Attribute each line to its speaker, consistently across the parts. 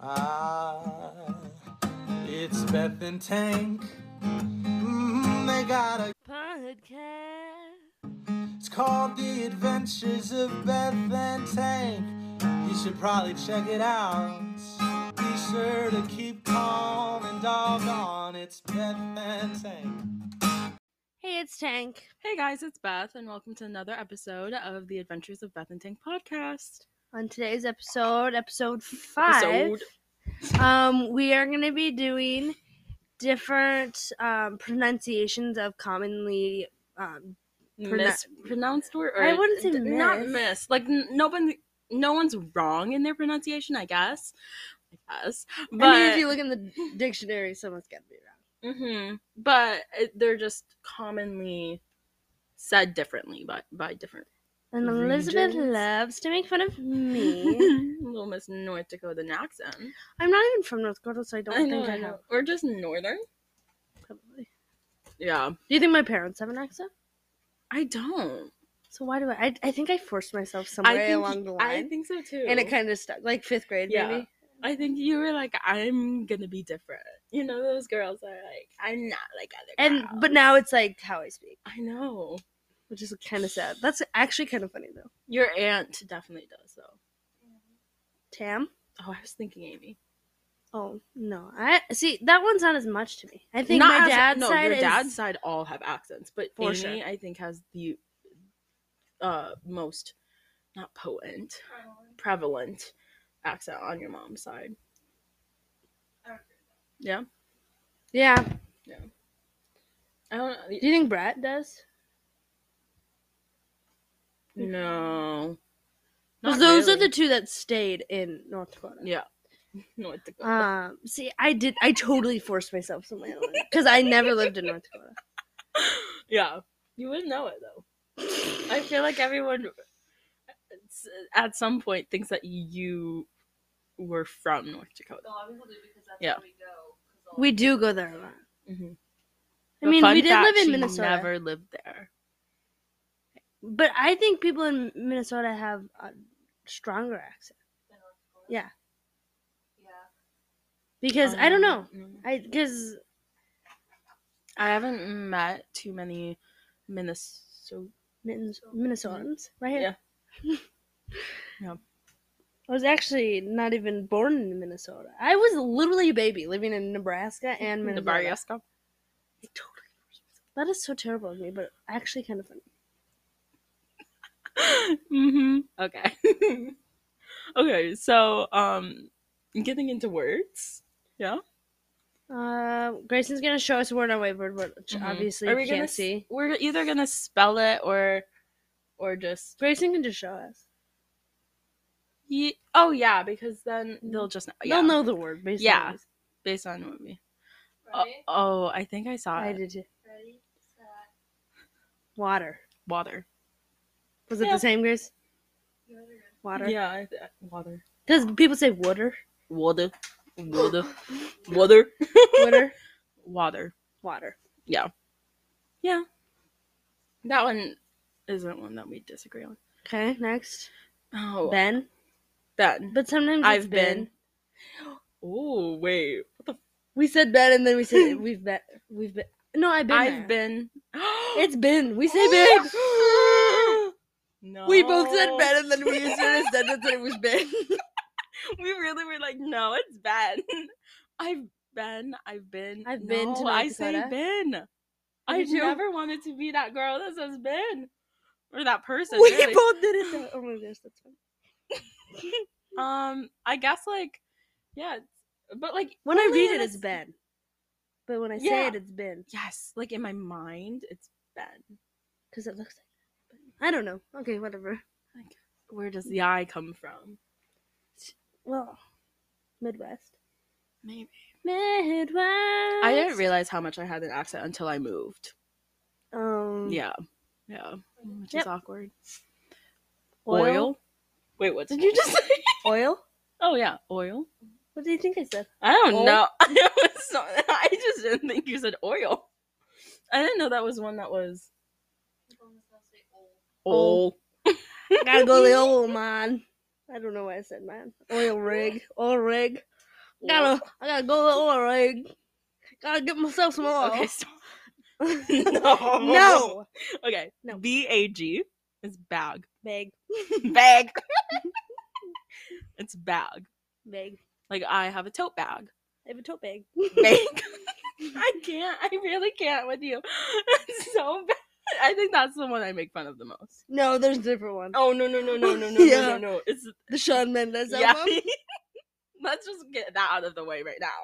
Speaker 1: Ah, It's Beth and Tank. Mm, they got a.
Speaker 2: podcast.
Speaker 1: It's called The Adventures of Beth and Tank. You should probably check it out. Be sure to keep calm and doggone. It's Beth and Tank.
Speaker 2: Hey, it's Tank.
Speaker 3: Hey guys, it's Beth, and welcome to another episode of the Adventures of Beth and Tank podcast.
Speaker 2: On today's episode, episode five,
Speaker 3: Episode.
Speaker 2: um, we are going to be doing different um, pronunciations of commonly. Um, Pronoun-
Speaker 3: mispronounced word? Or
Speaker 2: I wouldn't say
Speaker 3: d- not
Speaker 2: miss.
Speaker 3: miss. Like n- no one, no one's wrong in their pronunciation. I guess. I guess. But
Speaker 2: I mean, if you look in the dictionary, someone's got to be wrong.
Speaker 3: Mhm. but it, they're just commonly said differently by by different.
Speaker 2: And Elizabeth
Speaker 3: Regions.
Speaker 2: loves to make fun of me.
Speaker 3: Little Miss North Dakota accent.
Speaker 2: I'm not even from North Dakota, so I don't think I have.
Speaker 3: We're just northern.
Speaker 2: Probably.
Speaker 3: Yeah,
Speaker 2: Do you think my parents have an accent?
Speaker 3: I don't.
Speaker 2: So why do I? I, I think I forced myself somewhere
Speaker 3: I think
Speaker 2: along the line,
Speaker 3: I think so too.
Speaker 2: and it kind of stuck, like fifth grade,
Speaker 3: Yeah.
Speaker 2: maybe.
Speaker 3: I think you were like, I'm gonna be different. You know, those girls are like, I'm not like other
Speaker 2: And
Speaker 3: girls.
Speaker 2: but now it's like how I speak.
Speaker 3: I know
Speaker 2: which is kind of sad. That's actually kind of funny though.
Speaker 3: your aunt definitely does though.
Speaker 2: Tam?
Speaker 3: Oh, I was thinking Amy.
Speaker 2: Oh no, I see that one's not as much to me. I think
Speaker 3: Not
Speaker 2: my
Speaker 3: as-
Speaker 2: dad's
Speaker 3: no,
Speaker 2: side
Speaker 3: your
Speaker 2: is
Speaker 3: dad's side all have accents, but
Speaker 2: For
Speaker 3: Amy,
Speaker 2: sure.
Speaker 3: I think, has the uh most not potent, prevalent accent on your mom's side. Yeah,
Speaker 2: yeah. Do
Speaker 3: I don't know.
Speaker 2: you think Brett does?
Speaker 3: No,
Speaker 2: 'Cause
Speaker 3: Not
Speaker 2: those are
Speaker 3: really.
Speaker 2: the two that stayed in North Dakota.
Speaker 3: yeah. North Dakota.
Speaker 2: Um. See, I did. I totally forced myself somewhere because I never lived in North Dakota.
Speaker 3: Yeah, you wouldn't know it though. I feel like everyone s- at some point thinks that you were from North Dakota. Yeah.
Speaker 2: We do go there a lot.
Speaker 3: Mhm.
Speaker 2: I
Speaker 3: But
Speaker 2: mean,
Speaker 3: fun
Speaker 2: we did
Speaker 3: fact,
Speaker 2: live in
Speaker 3: she
Speaker 2: Minnesota,
Speaker 3: Never lived there.
Speaker 2: but I think people in Minnesota have a stronger accent Yeah. because I don't know.
Speaker 3: Mm.
Speaker 2: I because
Speaker 3: I haven't met too many Minnesota.
Speaker 2: Min- Minnesotans, right?
Speaker 3: Yeah.
Speaker 2: yeah.
Speaker 3: Yeah.
Speaker 2: I was actually not even born in Minnesota. I was literally a baby living in Nebraska and Minnesota.
Speaker 3: Nebraska.
Speaker 2: I totally- That is so terrible of me, but actually kind of funny.
Speaker 3: mm-hmm. Okay. okay. So, um, getting into words. Yeah.
Speaker 2: Uh, Grayson's gonna show us a word on whiteboard, but which
Speaker 3: Mhm.
Speaker 2: obviously
Speaker 3: Are
Speaker 2: you
Speaker 3: we
Speaker 2: can't
Speaker 3: gonna s-
Speaker 2: see.
Speaker 3: We're either gonna spell it or, or just
Speaker 2: Grayson can just show us.
Speaker 3: Ye- oh yeah, because then they'll just know. Yeah,
Speaker 2: Mm-hmm. They'll know the word basically.
Speaker 3: Yeah. based on what we. Oh, oh, I think I saw
Speaker 2: I
Speaker 3: it.
Speaker 2: did too. Water.
Speaker 3: Water.
Speaker 2: Was it
Speaker 3: Yeah.
Speaker 2: the same, Grace? Water.
Speaker 3: Yeah, I th- water.
Speaker 2: Because people say water,
Speaker 3: Water. Water. water.
Speaker 2: water,
Speaker 3: Water.
Speaker 2: water.
Speaker 3: Yeah. That one isn't one that we disagree on.
Speaker 2: Okay, next.
Speaker 3: Oh,
Speaker 2: Ben.
Speaker 3: Ben.
Speaker 2: But sometimes it's
Speaker 3: I've
Speaker 2: been.
Speaker 3: been. Oh wait, what
Speaker 2: We said Ben, and then we said we've been. We've been. No, I've
Speaker 3: the?
Speaker 2: been.
Speaker 3: I've
Speaker 2: there.
Speaker 3: been. Oh,
Speaker 2: It's been. We say Ben.
Speaker 3: no.
Speaker 2: We both said Ben, and then we used it as sentence, and it was Ben.
Speaker 3: we really were like, no, it's Ben. I've been, I've been,
Speaker 2: I've been to
Speaker 3: No,
Speaker 2: North
Speaker 3: I say
Speaker 2: Dakota.
Speaker 3: Ben. I've
Speaker 2: too.
Speaker 3: never wanted to be that girl that says Ben or that person.
Speaker 2: we
Speaker 3: really.
Speaker 2: both did it. Though. Oh my gosh, that's funny.
Speaker 3: Um, I guess like, yeah, it's- but like
Speaker 2: When I
Speaker 3: only
Speaker 2: read
Speaker 3: in
Speaker 2: it,
Speaker 3: a
Speaker 2: it's
Speaker 3: s-
Speaker 2: Ben. But when I say
Speaker 3: Yeah.
Speaker 2: it, it's Ben
Speaker 3: Yes, like in my mind, it's Ben.
Speaker 2: because it looks like. Ben. I don't know. Okay, whatever.
Speaker 3: Where does the I come from?
Speaker 2: Well, Midwest.
Speaker 3: Maybe
Speaker 2: Midwest.
Speaker 3: I didn't realize how much I had an accent until I moved.
Speaker 2: Um.
Speaker 3: Yeah, yeah, Mm. which
Speaker 2: Yep.
Speaker 3: is awkward.
Speaker 2: Oil.
Speaker 3: Wait, what did you just say?
Speaker 2: Oil.
Speaker 3: Oh yeah, oil.
Speaker 2: What do you think I said?
Speaker 3: I don't
Speaker 2: Oil?
Speaker 3: know. I was so, I just didn't think you said oil. I didn't know that was one that was
Speaker 2: Oil.
Speaker 3: oil.
Speaker 2: Gotta go to the oil man. I don't know why I said man. Oil rig. Oil rig. Gotta I gotta go to the oil rig. Gotta get myself some oil.
Speaker 3: Okay, stop. no.
Speaker 2: no.
Speaker 3: Okay.
Speaker 2: No.
Speaker 3: B A G is bag.
Speaker 2: Big.
Speaker 3: Bag. it's bag.
Speaker 2: Big.
Speaker 3: Like I have a tote bag.
Speaker 2: I have a tote bag.
Speaker 3: Bag. I can't. I really can't with you. It's so bad. I think that's the one I make fun of the most.
Speaker 2: No, there's a different one.
Speaker 3: Oh no no no no no no
Speaker 2: Yeah.
Speaker 3: no no no! It's
Speaker 2: The Shawn Mendes
Speaker 3: yeah.
Speaker 2: album.
Speaker 3: Let's just get that out of the way right now.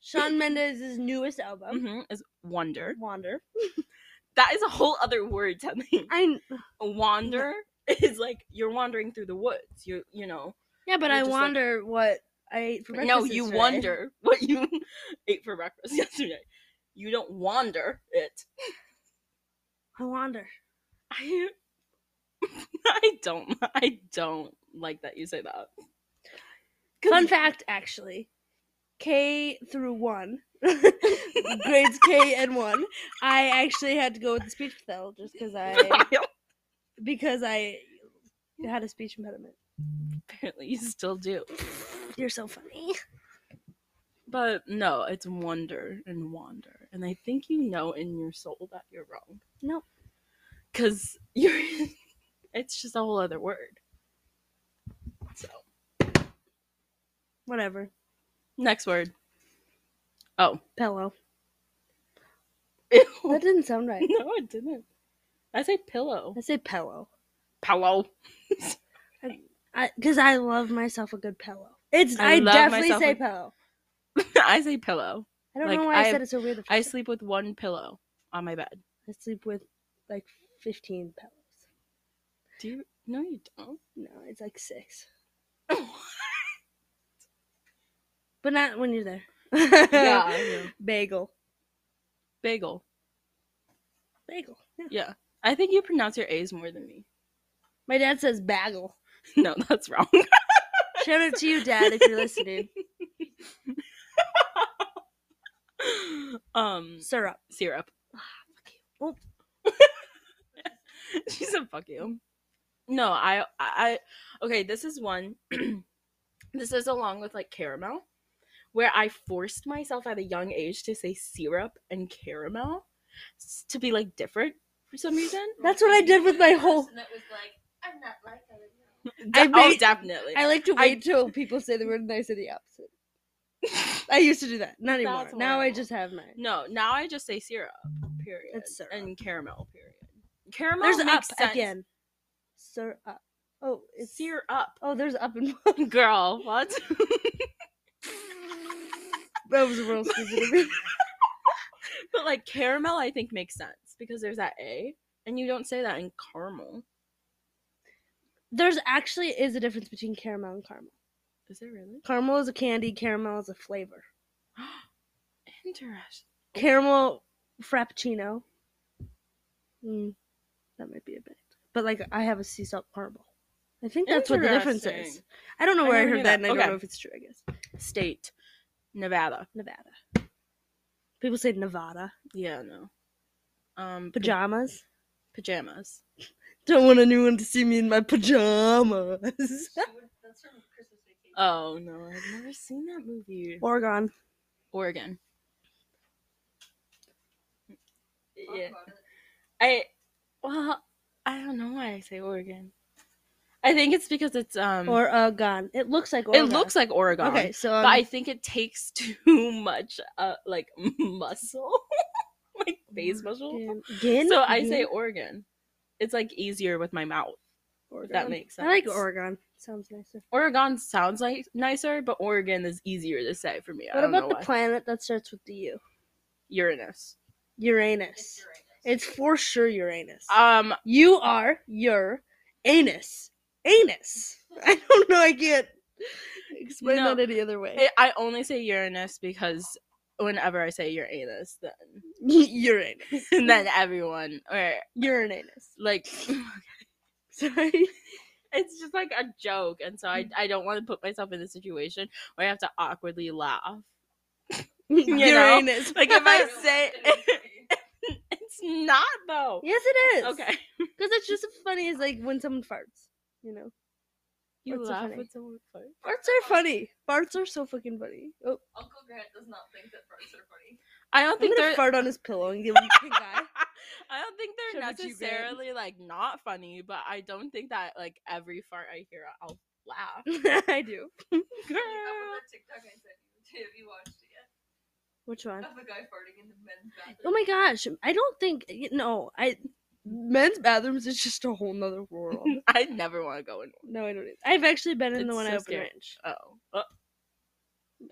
Speaker 2: Shawn Mendes' newest album.
Speaker 3: hmm Is wonder.
Speaker 2: Wander.
Speaker 3: That is a whole other word technically.
Speaker 2: I
Speaker 3: A wander is like you're wandering through the woods. You you know.
Speaker 2: yeah, but
Speaker 3: You're
Speaker 2: I
Speaker 3: just like-
Speaker 2: wonder what I ate for breakfast.
Speaker 3: No, you
Speaker 2: yesterday.
Speaker 3: wonder what you ate for breakfast yesterday. You don't wander it.
Speaker 2: I wonder.
Speaker 3: I I don't I don't like that you say that. 'Cause-
Speaker 2: Fun fact, actually, K through one, grades K and one. I actually had to go with the speech pathologist because I because I had a speech impediment.
Speaker 3: apparently you still do.
Speaker 2: You're so funny.
Speaker 3: But no, it's wonder and wander. And I think you know in your soul that you're wrong.
Speaker 2: No.
Speaker 3: Cause you're it's just a whole other word. So
Speaker 2: Whatever.
Speaker 3: next word. Oh.
Speaker 2: Pillow. That didn't sound right.
Speaker 3: No, it didn't. I say pillow.
Speaker 2: I say pillow.
Speaker 3: Pillow.
Speaker 2: Because I, love myself a good pillow. It's
Speaker 3: I
Speaker 2: I,
Speaker 3: love
Speaker 2: definitely
Speaker 3: myself
Speaker 2: say
Speaker 3: a-
Speaker 2: pillow.
Speaker 3: I say pillow.
Speaker 2: I don't
Speaker 3: Like,
Speaker 2: know why I,
Speaker 3: I-
Speaker 2: said it so weird. the
Speaker 3: I
Speaker 2: first time.
Speaker 3: sleep with one pillow on my bed.
Speaker 2: I sleep with like 15 pillows.
Speaker 3: Do you? No, you don't.
Speaker 2: No, it's like six. But not when you're there. Bagel.
Speaker 3: Bagel.
Speaker 2: Bagel. Yeah.
Speaker 3: Yeah. I think you pronounce your A's more than me.
Speaker 2: My dad says bagel.
Speaker 3: No, that's wrong.
Speaker 2: Shout out to you, Dad, if you're listening.
Speaker 3: um,
Speaker 2: Syrup.
Speaker 3: syrup.
Speaker 2: Oh.
Speaker 3: she said, "Fuck you." No, I, I, I- okay. This is one. this is along with like caramel, where I forced myself at a young age to say syrup and caramel s- to be like different for some reason.
Speaker 2: That's what I did with my whole-
Speaker 4: Person that was like, I'm not like other people."
Speaker 2: I
Speaker 3: De- oh,
Speaker 2: made-
Speaker 3: definitely.
Speaker 2: I like to
Speaker 3: I-
Speaker 2: wait till people say the word and I say the opposite. I used to do that. Not anymore.
Speaker 3: That's
Speaker 2: now I
Speaker 3: horrible.
Speaker 2: just have mine.
Speaker 3: no, now I just say syrup. Period.
Speaker 2: It's syrup.
Speaker 3: and caramel. Period. Caramel
Speaker 2: There's up
Speaker 3: makes sense.
Speaker 2: again. Sir up. Oh, it's
Speaker 3: Syrup. up,
Speaker 2: Oh, there's up and
Speaker 3: girl. What?
Speaker 2: that was real stupid of me.
Speaker 3: But like caramel, I think makes sense because there's that A, and you don't say that in caramel.
Speaker 2: There's actually is a difference between caramel and caramel.
Speaker 3: Is there really?
Speaker 2: Caramel is a candy. Caramel is a flavor.
Speaker 3: Interesting.
Speaker 2: Caramel frappuccino. Mm, that might be a bit. But like, I have a sea salt caramel. I think that's what the difference is.
Speaker 3: Interesting.
Speaker 2: I don't know
Speaker 3: I
Speaker 2: where I,
Speaker 3: never
Speaker 2: heard
Speaker 3: knew
Speaker 2: that,
Speaker 3: that.
Speaker 2: and I
Speaker 3: Okay.
Speaker 2: don't know if it's true. I guess
Speaker 3: State, Nevada.
Speaker 2: Nevada. People say Nevada
Speaker 3: Yeah, no. Um, pa-
Speaker 2: pajamas.
Speaker 3: pajamas.
Speaker 2: Don't want anyone to see me in my pajamas.
Speaker 4: She would, that's from Christmas vacation.
Speaker 3: Oh no, I've never seen that movie.
Speaker 2: Oregon.
Speaker 3: Oregon.
Speaker 4: Talk
Speaker 3: Yeah,
Speaker 4: about it.
Speaker 3: I. Well, I don't know why I say Oregon. I think it's because it's um.
Speaker 2: Oregon. It looks like
Speaker 3: it
Speaker 2: Oregon.
Speaker 3: looks like Oregon.
Speaker 2: Okay, so
Speaker 3: but
Speaker 2: um,
Speaker 3: I think it takes too much, uh, like muscle, like face muscle.
Speaker 2: Oregon. Gin?
Speaker 3: So I say
Speaker 2: Gin?
Speaker 3: Oregon. It's like easier with my mouth. If that
Speaker 2: Oregon.
Speaker 3: makes sense.
Speaker 2: I like Oregon. Sounds nicer.
Speaker 3: Oregon sounds like nicer, but Oregon is easier to say for me. I
Speaker 2: What
Speaker 3: don't
Speaker 2: about
Speaker 3: know
Speaker 2: the
Speaker 3: why.
Speaker 2: planet that starts with the U?
Speaker 3: Uranus.
Speaker 4: It's
Speaker 2: Uranus.
Speaker 4: Uranus.
Speaker 2: It's for sure Uranus.
Speaker 3: Um,
Speaker 2: you are your anus. Anus. I don't know. I can't explain
Speaker 3: No.
Speaker 2: that any other way.
Speaker 3: I I only say Uranus because whenever I say Uranus, then
Speaker 2: Uranus.
Speaker 3: and then everyone or
Speaker 2: Uranus.
Speaker 3: like
Speaker 2: Sorry.
Speaker 3: it's just like a joke, and so I
Speaker 2: Mm.
Speaker 3: I don't want to put myself in a situation where I have to awkwardly laugh. know?
Speaker 2: Uranus.
Speaker 3: Like if I
Speaker 4: don't know
Speaker 3: say
Speaker 4: what it's gonna be.
Speaker 3: it's not though.
Speaker 2: yes, it is.
Speaker 3: Okay.
Speaker 2: Because it's just as funny as like when someone farts. You know,
Speaker 3: You
Speaker 2: What's so
Speaker 3: laugh
Speaker 2: funny?
Speaker 3: when someone farts.
Speaker 2: farts are funny. Farts are so fucking funny. Oh,
Speaker 4: Uncle Grant does not think that farts are funny.
Speaker 3: I don't
Speaker 2: I'm gonna
Speaker 3: think they're.
Speaker 2: fart on his pillow and give him pink eye.
Speaker 3: I don't think they're
Speaker 2: Show what you get.
Speaker 3: necessarily like not funny, but I don't think that like every fart I hear, I'll laugh.
Speaker 2: I do.
Speaker 3: Girl.
Speaker 4: TikTok I sent you. Have you watched it yet?
Speaker 2: Which one?
Speaker 4: Of a guy farting in the men's bathroom.
Speaker 2: Oh my gosh, I don't think no. I men's bathrooms is just a whole nother world.
Speaker 3: I never want to go in.
Speaker 2: no, I don't. e, I've actually been in the
Speaker 3: It's
Speaker 2: one
Speaker 3: so
Speaker 2: I opened
Speaker 3: scary.
Speaker 2: ranch.
Speaker 3: Oh. Uh,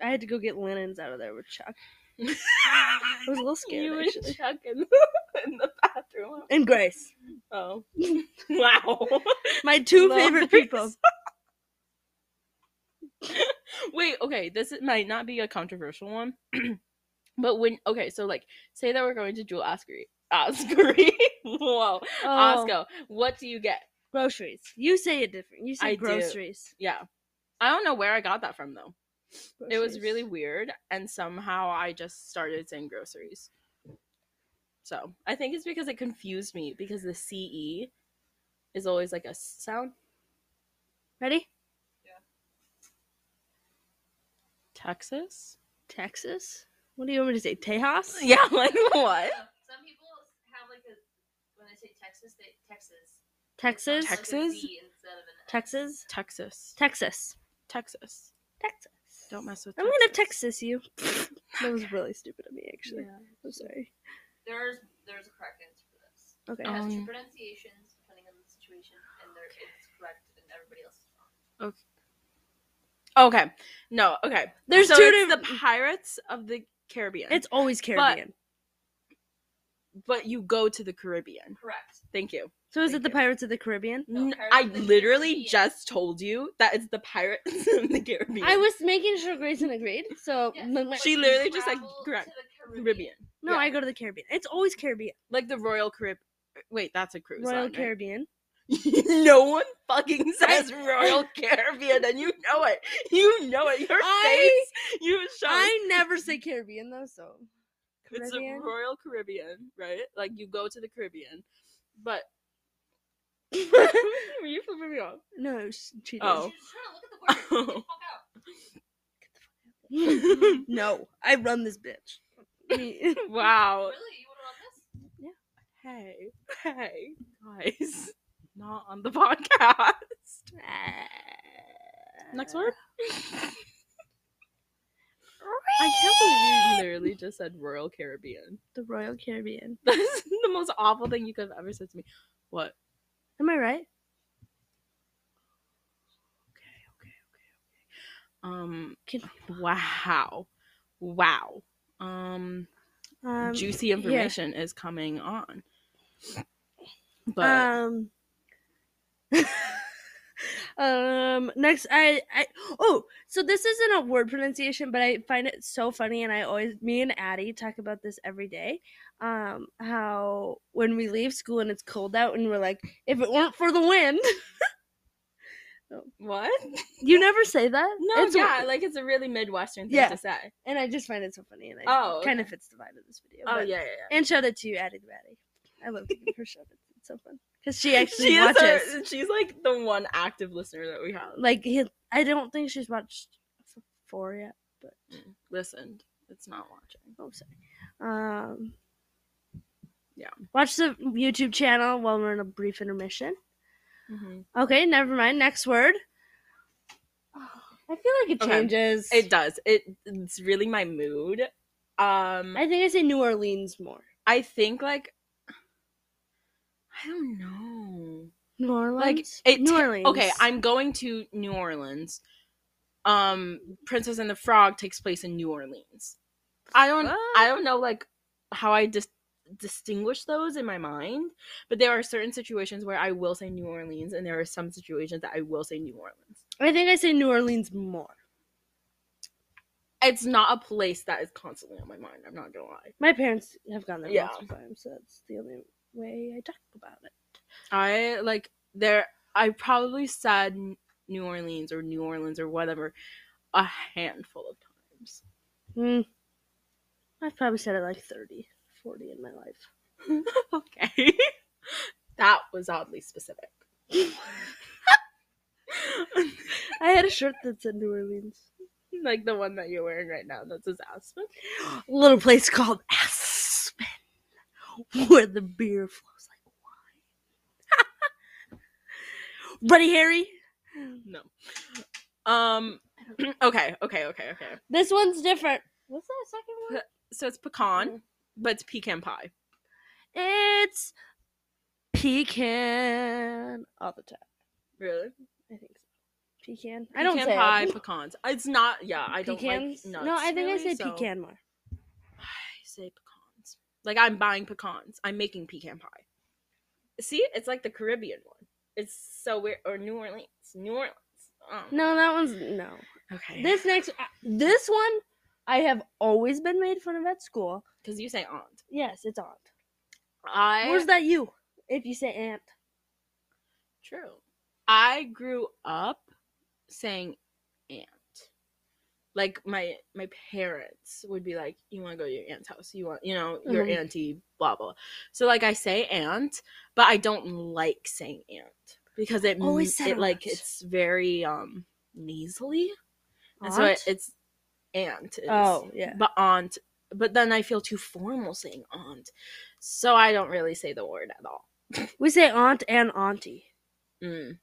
Speaker 2: I had to go get linens out of there with Chuck. I
Speaker 3: you
Speaker 2: was a little scared
Speaker 3: and
Speaker 2: actually.
Speaker 3: Chuck in the, in the bathroom.
Speaker 2: And Grace,
Speaker 3: Oh. wow.
Speaker 2: my two
Speaker 3: Love
Speaker 2: favorite
Speaker 3: this.
Speaker 2: people.
Speaker 3: Wait, okay, this is- might not be a controversial one. but when okay, so like say that we're going to Jewel Oscary. Oscary. Whoa. Osco. What do you get?
Speaker 2: Oh, groceries. You say it different. You say
Speaker 3: I do.
Speaker 2: groceries.
Speaker 3: Yeah. I don't know where I got that from though. It was
Speaker 2: Groceries.
Speaker 3: really weird and somehow I just started saying groceries. So, I think it's because it confused me because the CE is always like a sound
Speaker 2: ready.
Speaker 3: Texas?
Speaker 2: Texas. What do you want me to say? Tejas.
Speaker 3: Yeah, like what?
Speaker 4: Yeah, Some people have like a when they say Texas, they Texas.
Speaker 2: Texas.
Speaker 4: It's
Speaker 3: Tex-
Speaker 4: like a
Speaker 3: Texas?
Speaker 4: Z instead of an S.
Speaker 2: Texas.
Speaker 3: Texas.
Speaker 2: Texas.
Speaker 3: Texas.
Speaker 2: Texas.
Speaker 3: Don't mess with
Speaker 2: I'm
Speaker 3: Texas.
Speaker 2: gonna Texas you. that was really stupid of me, actually.
Speaker 3: Yeah.
Speaker 2: I'm sorry.
Speaker 4: There's there's a correct answer for this.
Speaker 2: Okay.
Speaker 4: It has two
Speaker 3: Um,
Speaker 4: pronunciations depending on the situation, and there it's correct, and everybody else is wrong.
Speaker 3: Okay. No, okay.
Speaker 2: There's
Speaker 3: so
Speaker 2: two
Speaker 3: it's
Speaker 2: different.
Speaker 3: the Pirates of the Caribbean.
Speaker 2: it's always Caribbean.
Speaker 3: but you go to the Caribbean.
Speaker 4: Correct.
Speaker 3: Thank you.
Speaker 2: so is it
Speaker 3: thank
Speaker 2: the
Speaker 3: you.
Speaker 2: Pirates of the Caribbean?
Speaker 4: No,
Speaker 3: N-
Speaker 4: Pirates
Speaker 3: I
Speaker 4: of the
Speaker 3: literally
Speaker 4: Caribbean.
Speaker 3: just told you that it's the Pirates of the Caribbean.
Speaker 2: I was making sure Grayson agreed. So
Speaker 4: Yes,
Speaker 2: Oh, no, my-
Speaker 4: but
Speaker 3: She
Speaker 4: you
Speaker 3: literally just, like,
Speaker 4: travel
Speaker 3: correct.
Speaker 4: To the
Speaker 3: Caribbean.
Speaker 2: no,
Speaker 3: Yeah.
Speaker 2: I go to the Caribbean. It's always Caribbean.
Speaker 3: like the Royal Carib. Wait, that's a cruise.
Speaker 2: Royal
Speaker 3: line, right?
Speaker 2: Caribbean.
Speaker 3: no one fucking says Royal Caribbean, and you know it. You know it. Your
Speaker 2: I-
Speaker 3: face. You shut.
Speaker 2: I never say Caribbean though, so
Speaker 3: It's the
Speaker 2: Caribbean.
Speaker 3: Royal Caribbean, right? Like you go to the Caribbean, but Were you flipping me off?
Speaker 2: no, sh- cheated.
Speaker 3: Oh.
Speaker 4: She's trying to look at the word. Get the fuck out.
Speaker 2: no, I run this bitch. Me-
Speaker 3: wow.
Speaker 4: Really, you want to run this?
Speaker 3: Hey, hey, guys, not on the podcast. Next word. I can't believe you literally just said Royal Caribbean.
Speaker 2: the Royal Caribbean.
Speaker 3: That's the most awful thing you could have ever said to me. What?
Speaker 2: Am I right?
Speaker 3: Okay, okay, okay, okay. Um.
Speaker 2: Can,
Speaker 3: Wow. Wow. Um.
Speaker 2: um,
Speaker 3: juicy
Speaker 2: yeah.
Speaker 3: information is coming on. But
Speaker 2: Um. um. Next, I, I. Oh, so this isn't a word pronunciation, but I find it so funny, and I always, me and Addie talk about this every day. Um, how when we leave school and it's cold out, and we're like, if it weren't for the wind,
Speaker 3: what?
Speaker 2: you never say that.
Speaker 3: No,
Speaker 2: It's a-
Speaker 3: yeah, like it's a really midwestern thing
Speaker 2: Yeah.
Speaker 3: to say.
Speaker 2: and I just find it so funny, and I
Speaker 3: Oh,
Speaker 2: kind of
Speaker 3: okay.
Speaker 2: fits the vibe of this video.
Speaker 3: Oh
Speaker 2: but-
Speaker 3: yeah, yeah.
Speaker 2: And shout out to you, Addie the Addie. I love giving her shout outs. It's so fun because she
Speaker 3: yeah.
Speaker 2: actually
Speaker 3: is
Speaker 2: watches.
Speaker 3: our- she's like the one active listener that we have.
Speaker 2: like he, I don't think she's watched f- four yet.
Speaker 3: Listened. It's not watching.
Speaker 2: Oh, sorry. Um,
Speaker 3: Yeah.
Speaker 2: Watch the YouTube channel while we're in a brief intermission. Okay, never mind. Next word. I feel like it
Speaker 3: Okay.
Speaker 2: changes.
Speaker 3: It does. It it's really my mood. Um I,
Speaker 2: I think I say New Orleans more.
Speaker 3: think like I don't know.
Speaker 2: New Orleans.
Speaker 3: Like it
Speaker 2: New
Speaker 3: ta-
Speaker 2: Orleans.
Speaker 3: Okay, I'm going to New Orleans. Um Princess and the Frog takes place in New Orleans. I don't I don't know like how I dis- distinguish those in my mind, but there are certain situations where I will say New Orleans and there are some situations that I will say New Orleans.
Speaker 2: I think I say New Orleans more.
Speaker 3: It's not a place that is constantly on my mind, I'm not going to lie.
Speaker 2: My parents have gone there
Speaker 3: Yeah.
Speaker 2: multiple times, so that's the only way I talk about it.
Speaker 3: I like there. I probably said N- New Orleans or New Orleans or whatever a handful of times.
Speaker 2: Hmm. I've probably said it like 30, 40 in my life.
Speaker 3: Okay, that was oddly specific.
Speaker 2: I had a shirt that said New Orleans.
Speaker 3: like the one that you're wearing right now that says Aspen.
Speaker 2: A little place called Aspen, where the beer flows like wine. Ready, Harry?
Speaker 3: No. Um. Okay. Okay. Okay. Okay.
Speaker 2: This one's different. What's that second
Speaker 3: one? So it's
Speaker 2: Mm-hmm.
Speaker 3: pecan, but it's pecan pie.
Speaker 2: It's pecan all the time.
Speaker 3: Really?
Speaker 2: I think so. Pecan. I
Speaker 3: Pecan
Speaker 2: don't say it.
Speaker 3: pie pecans. It's not. Yeah, I don't
Speaker 2: Pecans?
Speaker 3: like nuts.
Speaker 2: no, I think
Speaker 3: really,
Speaker 2: I say
Speaker 3: so
Speaker 2: pecan more.
Speaker 3: I say pecans. Like I'm buying pecans. I'm making pecan pie. See, it's like the Caribbean one. It's so weird. Or New Orleans. New Orleans. Um,
Speaker 2: No, that one's no.
Speaker 3: Okay.
Speaker 2: This next, uh, this one, I have always been made fun of at school.
Speaker 3: Because you say aunt.
Speaker 2: Yes, it's aunt.
Speaker 3: I.
Speaker 2: Where's that you? If you say aunt,
Speaker 3: True. I grew up saying aunt. Like my my parents would be like, "You want to go to your aunt's house? You want, you know, your
Speaker 2: Mhm.
Speaker 3: auntie, blah blah." So like I say aunt, but I don't like saying aunt because it
Speaker 2: Always
Speaker 3: m-
Speaker 2: said
Speaker 3: it like
Speaker 2: aunt.
Speaker 3: it's very um nasally, and so
Speaker 2: aunt.
Speaker 3: it, it's aunt. Is,
Speaker 2: oh yeah.
Speaker 3: but aunt. But then I feel too formal saying aunt, so I don't really say the word at all.
Speaker 2: We say aunt and auntie.
Speaker 3: Mm.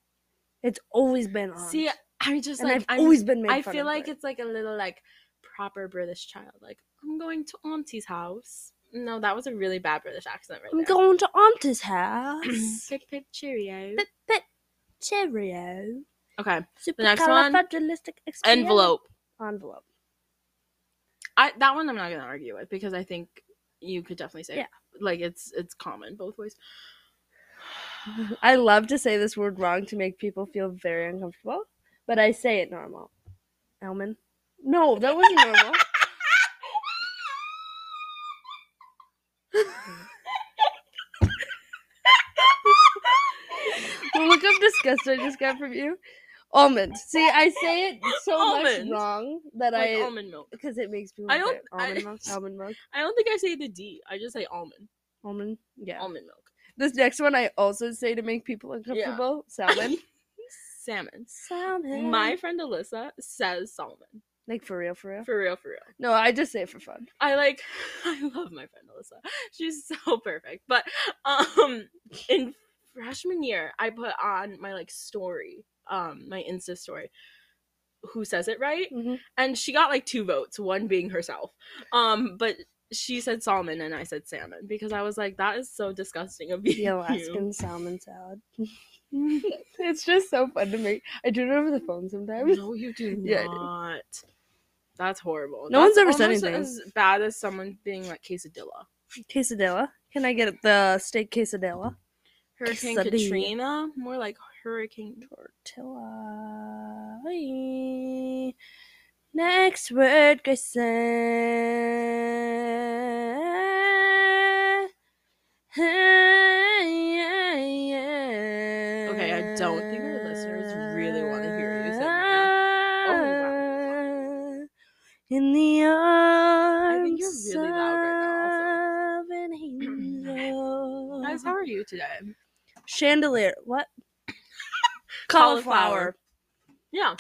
Speaker 2: It's always been aunt.
Speaker 3: See, I just
Speaker 2: and
Speaker 3: like
Speaker 2: I've
Speaker 3: I'm-
Speaker 2: always been made.
Speaker 3: I
Speaker 2: fun
Speaker 3: feel
Speaker 2: of
Speaker 3: like
Speaker 2: for it.
Speaker 3: it's like a little like proper British child. Like I'm going to auntie's house. No, that was a really bad British accent right
Speaker 2: I'm
Speaker 3: there.
Speaker 2: going to auntie's house.
Speaker 3: pip pip cheerio.
Speaker 2: pip pip. Cheerio.
Speaker 3: Okay,
Speaker 2: Super
Speaker 3: next one, envelope.
Speaker 2: Envelope.
Speaker 3: I that one I'm not gonna argue with because I think you could definitely say
Speaker 2: Yeah.
Speaker 3: like it's it's common both ways.
Speaker 2: I love to say this word wrong to make people feel very uncomfortable, but I say it normal. Elman. No, that wasn't normal. Look how disgusted I just got from you. Almond. See, I say it so
Speaker 3: Almond.
Speaker 2: much wrong that
Speaker 3: Like
Speaker 2: I
Speaker 3: almond milk.
Speaker 2: because it makes people.
Speaker 3: I don't-
Speaker 2: think almond
Speaker 3: I-
Speaker 2: milk. Almond milk.
Speaker 3: I don't think I say the D. I just say almond.
Speaker 2: Almond. Yeah.
Speaker 3: Almond milk.
Speaker 2: This next one I also say to make people uncomfortable. Salmon.
Speaker 3: Salmon.
Speaker 2: Salmon.
Speaker 3: My friend Alyssa says salmon.
Speaker 2: like for real, for real.
Speaker 3: For real, for real.
Speaker 2: No, I just say it for fun.
Speaker 3: I like I love my friend Alyssa. She's so perfect. But um in freshman year I put on my like story, um, my Insta story. Who says it right?
Speaker 2: Mhm.
Speaker 3: And she got like two votes, one being herself. Um, but she said salmon and I said salmon because I was like, that is so disgusting of you.
Speaker 2: The Alaskan salmon salad. it's just so fun to make. I do it over the phone sometimes.
Speaker 3: No, you do
Speaker 2: Yeah, I do.
Speaker 3: not. That's horrible.
Speaker 2: No one's
Speaker 3: That's
Speaker 2: ever said
Speaker 3: almost
Speaker 2: anything.
Speaker 3: as bad as someone being like quesadilla.
Speaker 2: Quesadilla. Can I get the steak quesadilla?
Speaker 3: Hurricane
Speaker 2: Quesadilla.
Speaker 3: Katrina, more like Hurricane.
Speaker 2: Tortilla. Ay. Next word, Grayson. Okay,
Speaker 3: I don't think our listeners really wanna hear you say that. Oh,
Speaker 2: In the arms
Speaker 3: think you're really loud right
Speaker 2: of an angel.
Speaker 3: Guys, how are you today?
Speaker 2: Chandelier. What?
Speaker 3: Cauliflower. Yeah,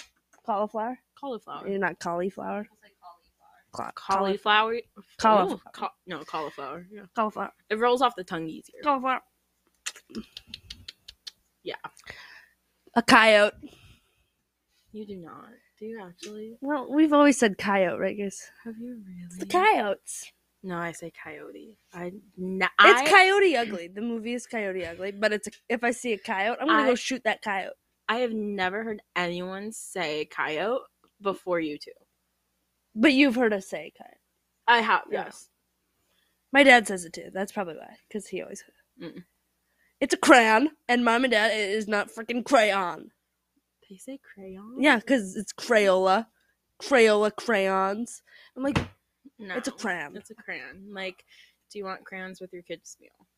Speaker 2: Cauliflower?
Speaker 3: cauliflower.
Speaker 2: You're not cauliflower.
Speaker 4: It's like cauliflower.
Speaker 2: Cla- cauli-
Speaker 3: Cauliflower.
Speaker 2: Cauliflower.
Speaker 3: Oh, ca- no, cauliflower. Yeah,
Speaker 2: Cauliflower.
Speaker 3: it rolls off the tongue easier.
Speaker 2: Cauliflower.
Speaker 3: Yeah.
Speaker 2: A coyote.
Speaker 3: You do not. Do you actually?
Speaker 2: Well, we've always said coyote, right, guys?
Speaker 3: Have you really?
Speaker 2: The coyotes.
Speaker 3: no, I say coyote. I. N-
Speaker 2: It's
Speaker 3: I,
Speaker 2: Coyote Ugly. The movie is Coyote Ugly, but it's a, if I see a coyote, I'm gonna
Speaker 3: I-
Speaker 2: go shoot that coyote.
Speaker 3: I have never heard anyone say coyote before you two.
Speaker 2: But you've heard us say coyote.
Speaker 3: I have.
Speaker 2: Yeah.
Speaker 3: Yes.
Speaker 2: My dad says it too. That's probably why, because he always.
Speaker 3: Mm.
Speaker 2: It's a crayon, and mom and dad, it is not freaking crayon.
Speaker 3: They say crayon.
Speaker 2: Yeah, because it's Crayola, Crayola crayons. I'm like,
Speaker 3: No,
Speaker 2: it's a crayon.
Speaker 3: It's a crayon. Like, do you want crayons with your kids' meal?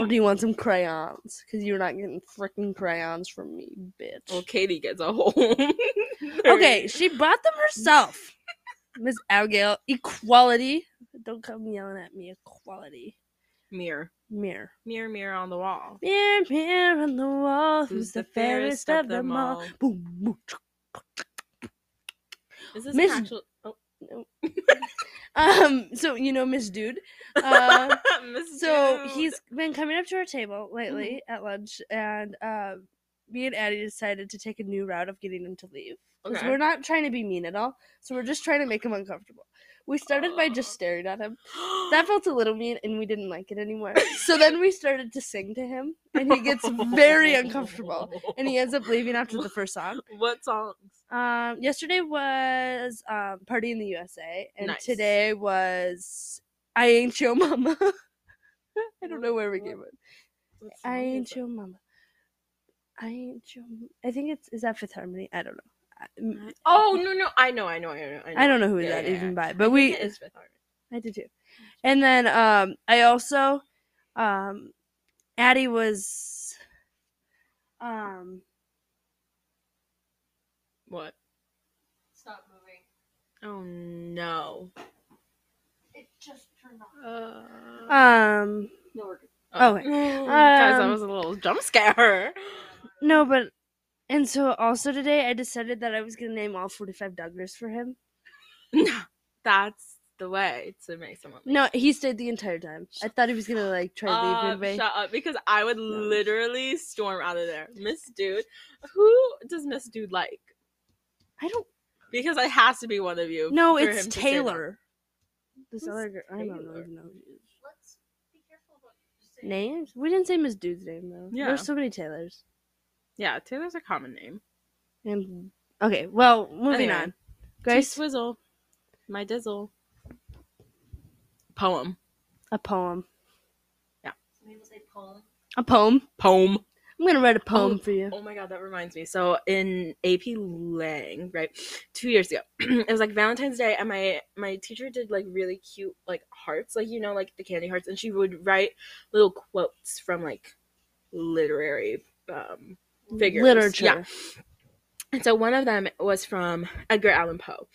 Speaker 2: or do you want some crayons? Because you're not getting freaking crayons from me, bitch.
Speaker 3: Well, Katie gets a whole.
Speaker 2: Okay, she brought them herself. Miss Abigail, equality. Don't come yelling at me, equality.
Speaker 3: Mirror.
Speaker 2: Mirror.
Speaker 3: Mirror, mirror on the wall.
Speaker 2: Mirror, mirror on the wall, who's the fairest of them all? Boom, boom.
Speaker 3: Is this
Speaker 2: Miss-
Speaker 3: an actual? Oh.
Speaker 2: Um, so you know Miss Dude. Uh,
Speaker 3: Miss
Speaker 2: so
Speaker 3: Dude.
Speaker 2: he's been coming up to our table lately at lunch, and um, me and Addie decided to take a new route of getting him to leave. 'Cause
Speaker 3: Okay.
Speaker 2: We're not trying to be mean at all, so we're just trying to make him uncomfortable. We started by just
Speaker 3: Oh.
Speaker 2: staring at him. That felt a little mean, and we didn't like it anymore. So then we started to sing to him, and he gets very uncomfortable, and he ends up leaving after the first song.
Speaker 3: What songs?
Speaker 2: Um, yesterday was um, Party in the USA, and
Speaker 3: Nice.
Speaker 2: today was I Ain't Your Mama. I don't know where we
Speaker 3: What-
Speaker 2: gave it.
Speaker 3: What
Speaker 2: I
Speaker 3: song is
Speaker 2: Ain't
Speaker 3: that?
Speaker 2: Your Mama. I Ain't Your Mama. I think it's, is that Fifth Harmony? I don't know. I, m-
Speaker 3: Oh no no I know I know I know I know.
Speaker 2: I don't e know who
Speaker 3: Yeah,
Speaker 2: that
Speaker 3: yeah,
Speaker 2: even by,
Speaker 3: yeah.
Speaker 2: but
Speaker 3: I
Speaker 2: we,
Speaker 3: think it is Fifth Harmony.
Speaker 2: I did too. And then um, I also, um, Addie was, um,
Speaker 3: What?
Speaker 4: Stop moving.
Speaker 3: Oh no.
Speaker 4: It just turned off.
Speaker 3: Uh,
Speaker 2: um,
Speaker 4: No, we're good.
Speaker 2: oh,
Speaker 3: guys, that
Speaker 2: um,
Speaker 3: was a little jump scare.
Speaker 2: No, but and so also today I decided that I was gonna name all forty five Douglers for him.
Speaker 3: That's the way to make someone. leave.
Speaker 2: No, he stayed the entire time. I thought he was gonna like try to leave
Speaker 3: Uh,
Speaker 2: midway.
Speaker 3: shut up, because I would literally storm out of there. Miss Dude, who does Miss Dude like?
Speaker 2: I don't
Speaker 3: Because it has to be one of you.
Speaker 2: know.
Speaker 3: for
Speaker 2: It's
Speaker 3: him to say that.
Speaker 2: Taylor. This
Speaker 3: Who's
Speaker 2: other girl. I don't know,
Speaker 3: Taylor?
Speaker 2: even know who she is.
Speaker 4: Let's be careful about saying
Speaker 2: Names? We didn't say Miss Dude's name though.
Speaker 3: Yeah.
Speaker 2: There's so many Taylors.
Speaker 3: Yeah, Taylor's a common name.
Speaker 2: And okay, well, moving
Speaker 3: Anyway.
Speaker 2: on. Grace,
Speaker 3: Swizzle, my dizzle. Poem.
Speaker 2: a poem.
Speaker 4: Some people say poem.
Speaker 2: A poem.
Speaker 3: Poem.
Speaker 2: I'm gonna write a poem for you.
Speaker 3: Oh my god, that reminds me. So in AP Lang, right, two years ago, it was like Valentine's Day, and my my teacher did like really cute like hearts, like you know, like the candy hearts, and she would write little quotes from like literary um, figures,
Speaker 2: Literature.
Speaker 3: Yeah. And so one of them was from Edgar Allan Poe,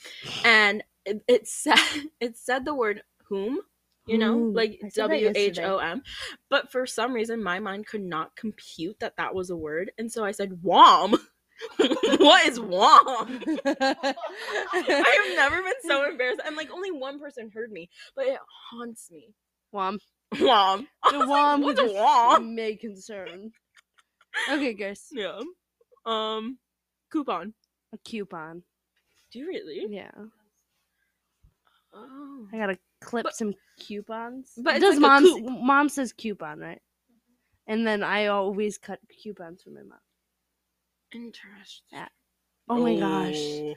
Speaker 3: and it, it said it said the word whom, you know,
Speaker 2: Whom.
Speaker 3: like
Speaker 2: I said that
Speaker 3: W H
Speaker 2: yesterday.
Speaker 3: O M. But for some reason, my mind could not compute that that was a word, and so I said wom. what is wom? I have never been so embarrassed, and like only one person heard me, but it haunts me.
Speaker 2: Wom.
Speaker 3: Wom. I
Speaker 2: The
Speaker 3: was like,
Speaker 2: wom
Speaker 3: What's a
Speaker 2: who
Speaker 3: wom?
Speaker 2: just may concern. Okay, Grace.
Speaker 3: Yeah. Um, coupon.
Speaker 2: A coupon.
Speaker 3: Do you really?
Speaker 2: Yeah.
Speaker 3: Oh.
Speaker 2: I gotta clip
Speaker 3: But-
Speaker 2: some coupons.
Speaker 3: but it's
Speaker 2: does
Speaker 3: like
Speaker 2: mom
Speaker 3: a coop.
Speaker 2: mom says coupon right? And then I always cut coupons for my mom.
Speaker 3: Interesting.
Speaker 2: Yeah. Oh my gosh,
Speaker 3: Oh.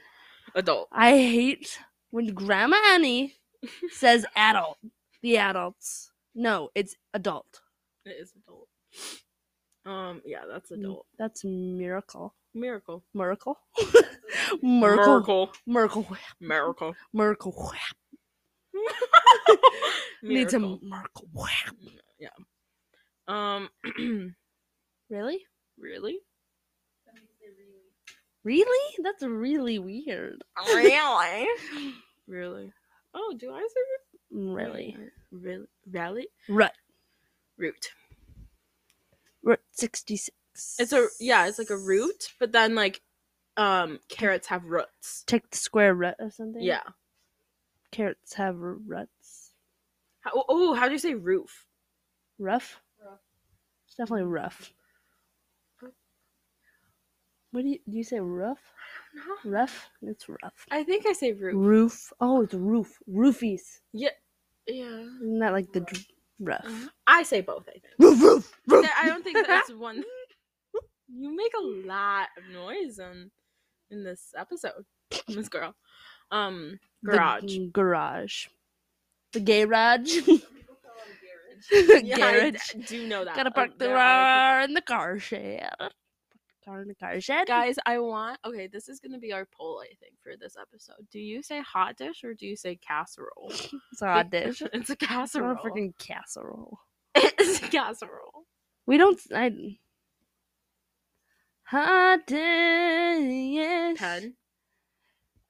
Speaker 3: Adult.
Speaker 2: I hate when Grandma Annie says adult. The adults. No, it's adult.
Speaker 3: It is adult. Um, yeah, that's
Speaker 2: Mm,
Speaker 3: adult.
Speaker 2: That's miracle.
Speaker 3: Miracle.
Speaker 2: Miracle. Miracle.
Speaker 3: Miracle.
Speaker 2: Miracle. whip,
Speaker 3: Miracle.
Speaker 2: Miracle. whip. Needs a
Speaker 3: Miracle.
Speaker 2: miracle. whip.
Speaker 3: Yeah. Um,
Speaker 2: Really?
Speaker 3: really?
Speaker 4: Some people say really.
Speaker 2: Really? That's really weird.
Speaker 3: Really? really? Oh, do I say
Speaker 2: Really.
Speaker 3: Really? Rally?
Speaker 2: Right.
Speaker 3: Root.
Speaker 2: Route 66.
Speaker 3: It's a, yeah, it's like a root, but then like, um, carrots have roots.
Speaker 2: Take the square root of something?
Speaker 3: Yeah.
Speaker 2: Carrots have r- ruts.
Speaker 3: How, oh, how do you say roof?
Speaker 2: Rough?
Speaker 4: Rough.
Speaker 2: It's definitely rough. What do you, do you say rough?
Speaker 3: No.
Speaker 2: Rough? It's rough.
Speaker 3: I think I say roof.
Speaker 2: Roof. Oh, it's roof. Roofies.
Speaker 3: Yeah.
Speaker 2: Isn't that like the dr- rough?
Speaker 3: I say both, I think.
Speaker 2: Roof, roof, roof.
Speaker 3: There- I don't think that's one. You make a lot of noise in in this episode, Miss Girl. Um,
Speaker 2: The
Speaker 3: garage.
Speaker 2: g- garage. The garage.
Speaker 4: Some people call it a garage.
Speaker 3: Yeah, I d-
Speaker 2: garage.
Speaker 3: do know that.
Speaker 2: Gotta
Speaker 3: Uh,
Speaker 2: park the
Speaker 3: there are
Speaker 2: car in the car shed. Park the Car in the car shed.
Speaker 3: people- Guys, I want. Okay, this is gonna be our poll, I think, for this episode. Do you say hot dish or do you say casserole?
Speaker 2: It's a hot dish.
Speaker 3: it's a
Speaker 2: It's not a
Speaker 3: casserole.
Speaker 2: freaking casserole.
Speaker 3: it's a casserole.
Speaker 2: We don't. s- I. Hot dish.
Speaker 3: Pen,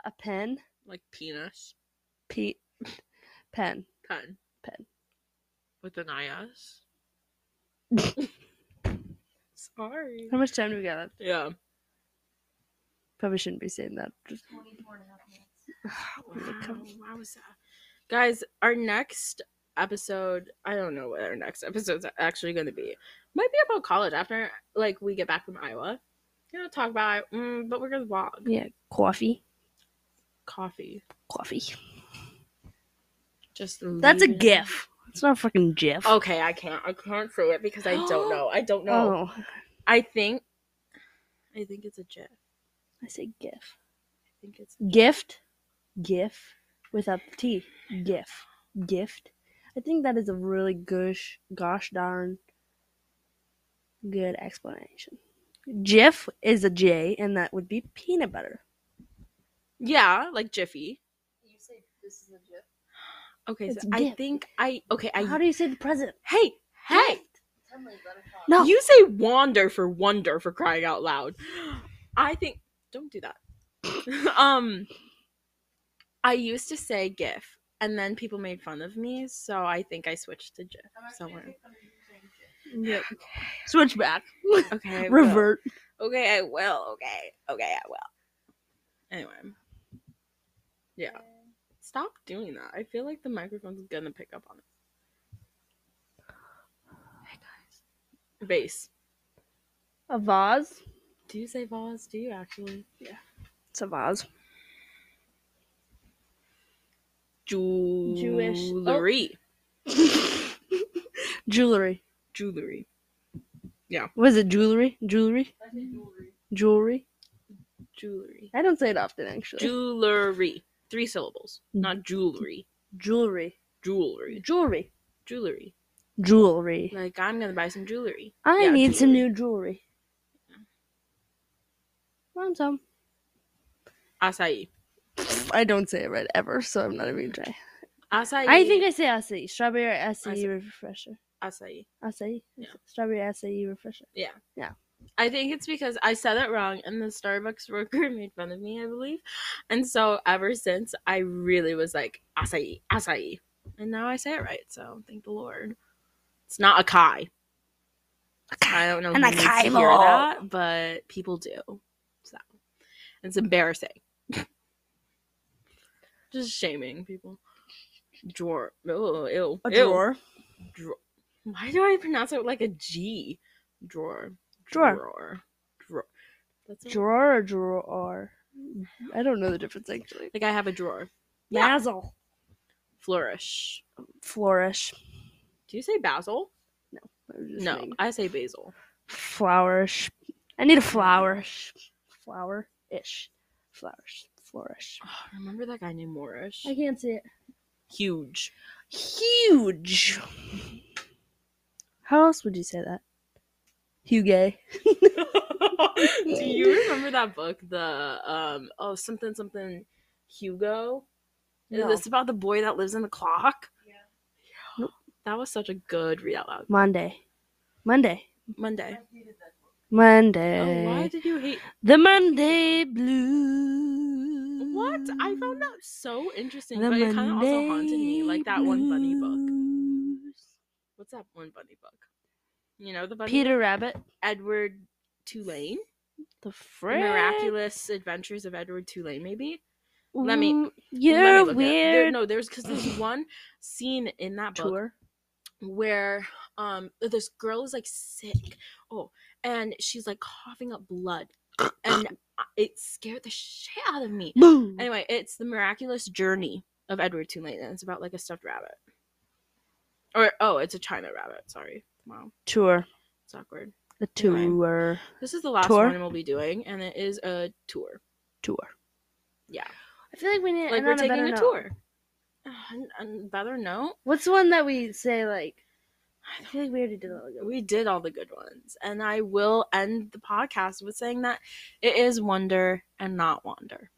Speaker 2: A pen.
Speaker 3: like penis.
Speaker 2: Pe- pen.
Speaker 3: Pen.
Speaker 2: Pen.
Speaker 3: With an IS. Sorry.
Speaker 2: How much time do we got left?
Speaker 3: Yeah.
Speaker 2: Probably shouldn't be saying that. Just-
Speaker 4: 24 and a half minutes.
Speaker 3: Oh, wow, wowza. Guys, our next episode, I don't know what our next episode's actually going to be. Might be about college after like we get back from Iowa. We're gonna talk about mm, but we're gonna vlog
Speaker 2: Yeah, coffee,
Speaker 3: coffee.
Speaker 2: coffee.
Speaker 3: Just
Speaker 2: That's a
Speaker 3: leave it.
Speaker 2: gif. It's not a fucking gif.
Speaker 3: Okay, I can't. I can't prove it because I don't know. I don't know.
Speaker 2: Oh,
Speaker 3: I think. I think it's a gif. I
Speaker 2: I say gif.
Speaker 3: think it's.
Speaker 2: Gift, gif, without the t. Gif, gift. I think that is a really gosh, gosh darn good explanation. Jif is a J, and that would be peanut butter.
Speaker 3: Yeah, like Jiffy.
Speaker 4: You say this is a gif.
Speaker 3: Okay, so
Speaker 2: It's
Speaker 3: I
Speaker 2: gif.
Speaker 3: think I. Okay, I.
Speaker 2: How do you say the present?
Speaker 3: hey, hey!
Speaker 4: Tell me about it.
Speaker 2: No.
Speaker 3: You say wander for wonder for crying out loud. I think. Don't do that. um. I used to say gif, and then people made fun of me, so I think I switched to gif
Speaker 4: I'm actually
Speaker 3: somewhere.
Speaker 4: making fun of you for saying gif.
Speaker 2: Yep. Switch back.
Speaker 3: Okay. I will.
Speaker 2: Revert.
Speaker 3: Okay, I will. Okay. Okay, I will. Anyway. Yeah. Stop doing that. I feel like the microphone's gonna pick up on it. Hey guys. Vase.
Speaker 2: A vase.
Speaker 3: Do you say vase? Do you actually? Yeah.
Speaker 2: It's a vase. Jewish- oh.
Speaker 3: Jewelry.
Speaker 2: Jewelry.
Speaker 3: Jewelry.
Speaker 2: Was it jewelry? Jewelry?
Speaker 4: I say jewelry.
Speaker 2: Jewelry?
Speaker 3: Jewelry.
Speaker 2: I don't say it often, actually.
Speaker 3: Jewelry. Three syllables.
Speaker 2: Mm-hmm.
Speaker 3: Not jewelry.
Speaker 2: jewelry.
Speaker 3: Jewelry.
Speaker 2: Jewelry.
Speaker 3: Jewelry.
Speaker 2: Jewelry.
Speaker 3: Like I'm gonna buy some jewelry.
Speaker 2: I
Speaker 3: Yeah,
Speaker 2: need some
Speaker 3: jewelry.
Speaker 2: new jewelry. Want some?
Speaker 3: Acai.
Speaker 2: I don't say it right ever, so I'm not even trying.
Speaker 3: Acai.
Speaker 2: I think I say acai. Strawberry acai
Speaker 3: Acai.
Speaker 2: refresher.
Speaker 3: acai.
Speaker 2: Acai?
Speaker 3: Yeah.
Speaker 2: Strawberry acai refresher.
Speaker 3: I think it's because I said it wrong and the Starbucks worker made fun of me, I believe. And so ever since, I really was like, acai, acai. And now I say it right, so thank the Lord. It's not acai. I don't know
Speaker 2: An
Speaker 3: who needs to hear
Speaker 2: acai-ball.
Speaker 3: that, but people do. So it's embarrassing. Just shaming people. Drawer. Oh, ew.
Speaker 2: A
Speaker 3: ew.
Speaker 2: drawer.
Speaker 3: Draw- Why do I pronounce it like a G? Drawer.
Speaker 2: Drawer.
Speaker 3: Drawer. Drawer. That's what-
Speaker 2: Drawer or drawer? I don't know the difference, actually.
Speaker 3: like I have a drawer. Yeah.
Speaker 2: Basil.
Speaker 3: Flourish.
Speaker 2: Flourish.
Speaker 3: Do you say basil?
Speaker 2: I was just
Speaker 3: No,
Speaker 2: saying.
Speaker 3: I say basil.
Speaker 2: Flourish. I need a flourish. Flower ish. Flourish. Flourish.
Speaker 3: Oh, remember that guy named Moorish?
Speaker 2: I can't see it.
Speaker 3: Huge.
Speaker 2: Huge. How else would you say that? Huge.
Speaker 3: Do you remember that book? The um oh something something Hugo?
Speaker 2: No.
Speaker 3: It's about the boy that lives in the clock.
Speaker 4: Yeah.
Speaker 2: Nope.
Speaker 3: That was such a good read out loud.
Speaker 2: Monday. Monday.
Speaker 3: Monday.
Speaker 4: I hated that book.
Speaker 2: Monday.
Speaker 3: Oh, why did you hate
Speaker 2: The Monday blues.
Speaker 3: What?
Speaker 2: Mm.
Speaker 3: I found that so interesting, but it kind of also haunted me, like that one bunny book. What's that one bunny book? You know the bunny
Speaker 2: Peter Rabbit.
Speaker 3: Edward Tulane,
Speaker 2: The
Speaker 3: The
Speaker 2: frick?
Speaker 3: Miraculous Adventures of Edward Tulane, maybe. Let me-
Speaker 2: Mm,
Speaker 3: Let me
Speaker 2: You're
Speaker 3: look it up. There-
Speaker 2: weird.
Speaker 3: no, there's because there's one scene in that book
Speaker 2: Tour.
Speaker 3: where um this girl is like sick oh and she's like coughing up blood and I- it scared the shit out of me
Speaker 2: Boom.
Speaker 3: anyway it's the miraculous journey of edward tulane and it's about like a stuffed rabbit or oh it's a china rabbit sorry wow
Speaker 2: Tour.
Speaker 3: it's awkward
Speaker 2: The
Speaker 3: Anyway.
Speaker 2: tour.
Speaker 3: this is the last
Speaker 2: Tour?
Speaker 3: one we'll be doing and it is a tour
Speaker 2: Tour.
Speaker 3: yeah
Speaker 2: I feel like we need to
Speaker 3: like
Speaker 2: end
Speaker 3: we're
Speaker 2: on
Speaker 3: taking
Speaker 2: better
Speaker 3: a
Speaker 2: note.
Speaker 3: tour on, on better note
Speaker 2: What's the one that we say like? I feel like we already did that. Like,
Speaker 3: We did all the good ones. And I will end the podcast with saying that it is wonder and not wander.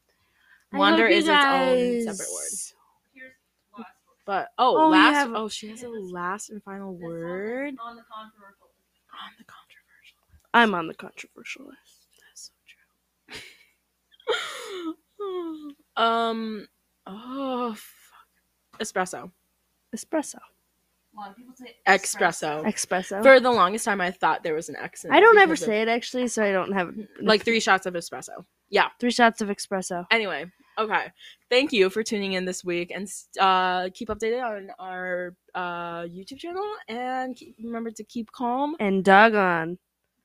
Speaker 3: Wander is its own separate word.
Speaker 4: Here's last word.
Speaker 3: But oh,
Speaker 2: Oh, we
Speaker 3: last
Speaker 2: have-
Speaker 3: oh she has a last and final
Speaker 4: This one is
Speaker 3: word
Speaker 4: On the controversial.
Speaker 3: on the controversial.
Speaker 2: I'm on the controversial list.
Speaker 3: That's so true. um oh fuck. Espresso.
Speaker 2: Espresso.
Speaker 4: A lot of people say
Speaker 3: Espresso.
Speaker 2: Espresso.
Speaker 3: For the longest time I thought there was an X in
Speaker 2: I
Speaker 3: it
Speaker 2: don't ever
Speaker 3: because of-
Speaker 2: say it actually, so I don't have it.
Speaker 3: like three shots of espresso.
Speaker 2: three shots of espresso.
Speaker 3: Anyway, Okay. Thank you for tuning in this week and uh, keep updated on our uh, YouTube channel and keep, remember to keep calm
Speaker 2: And doggone.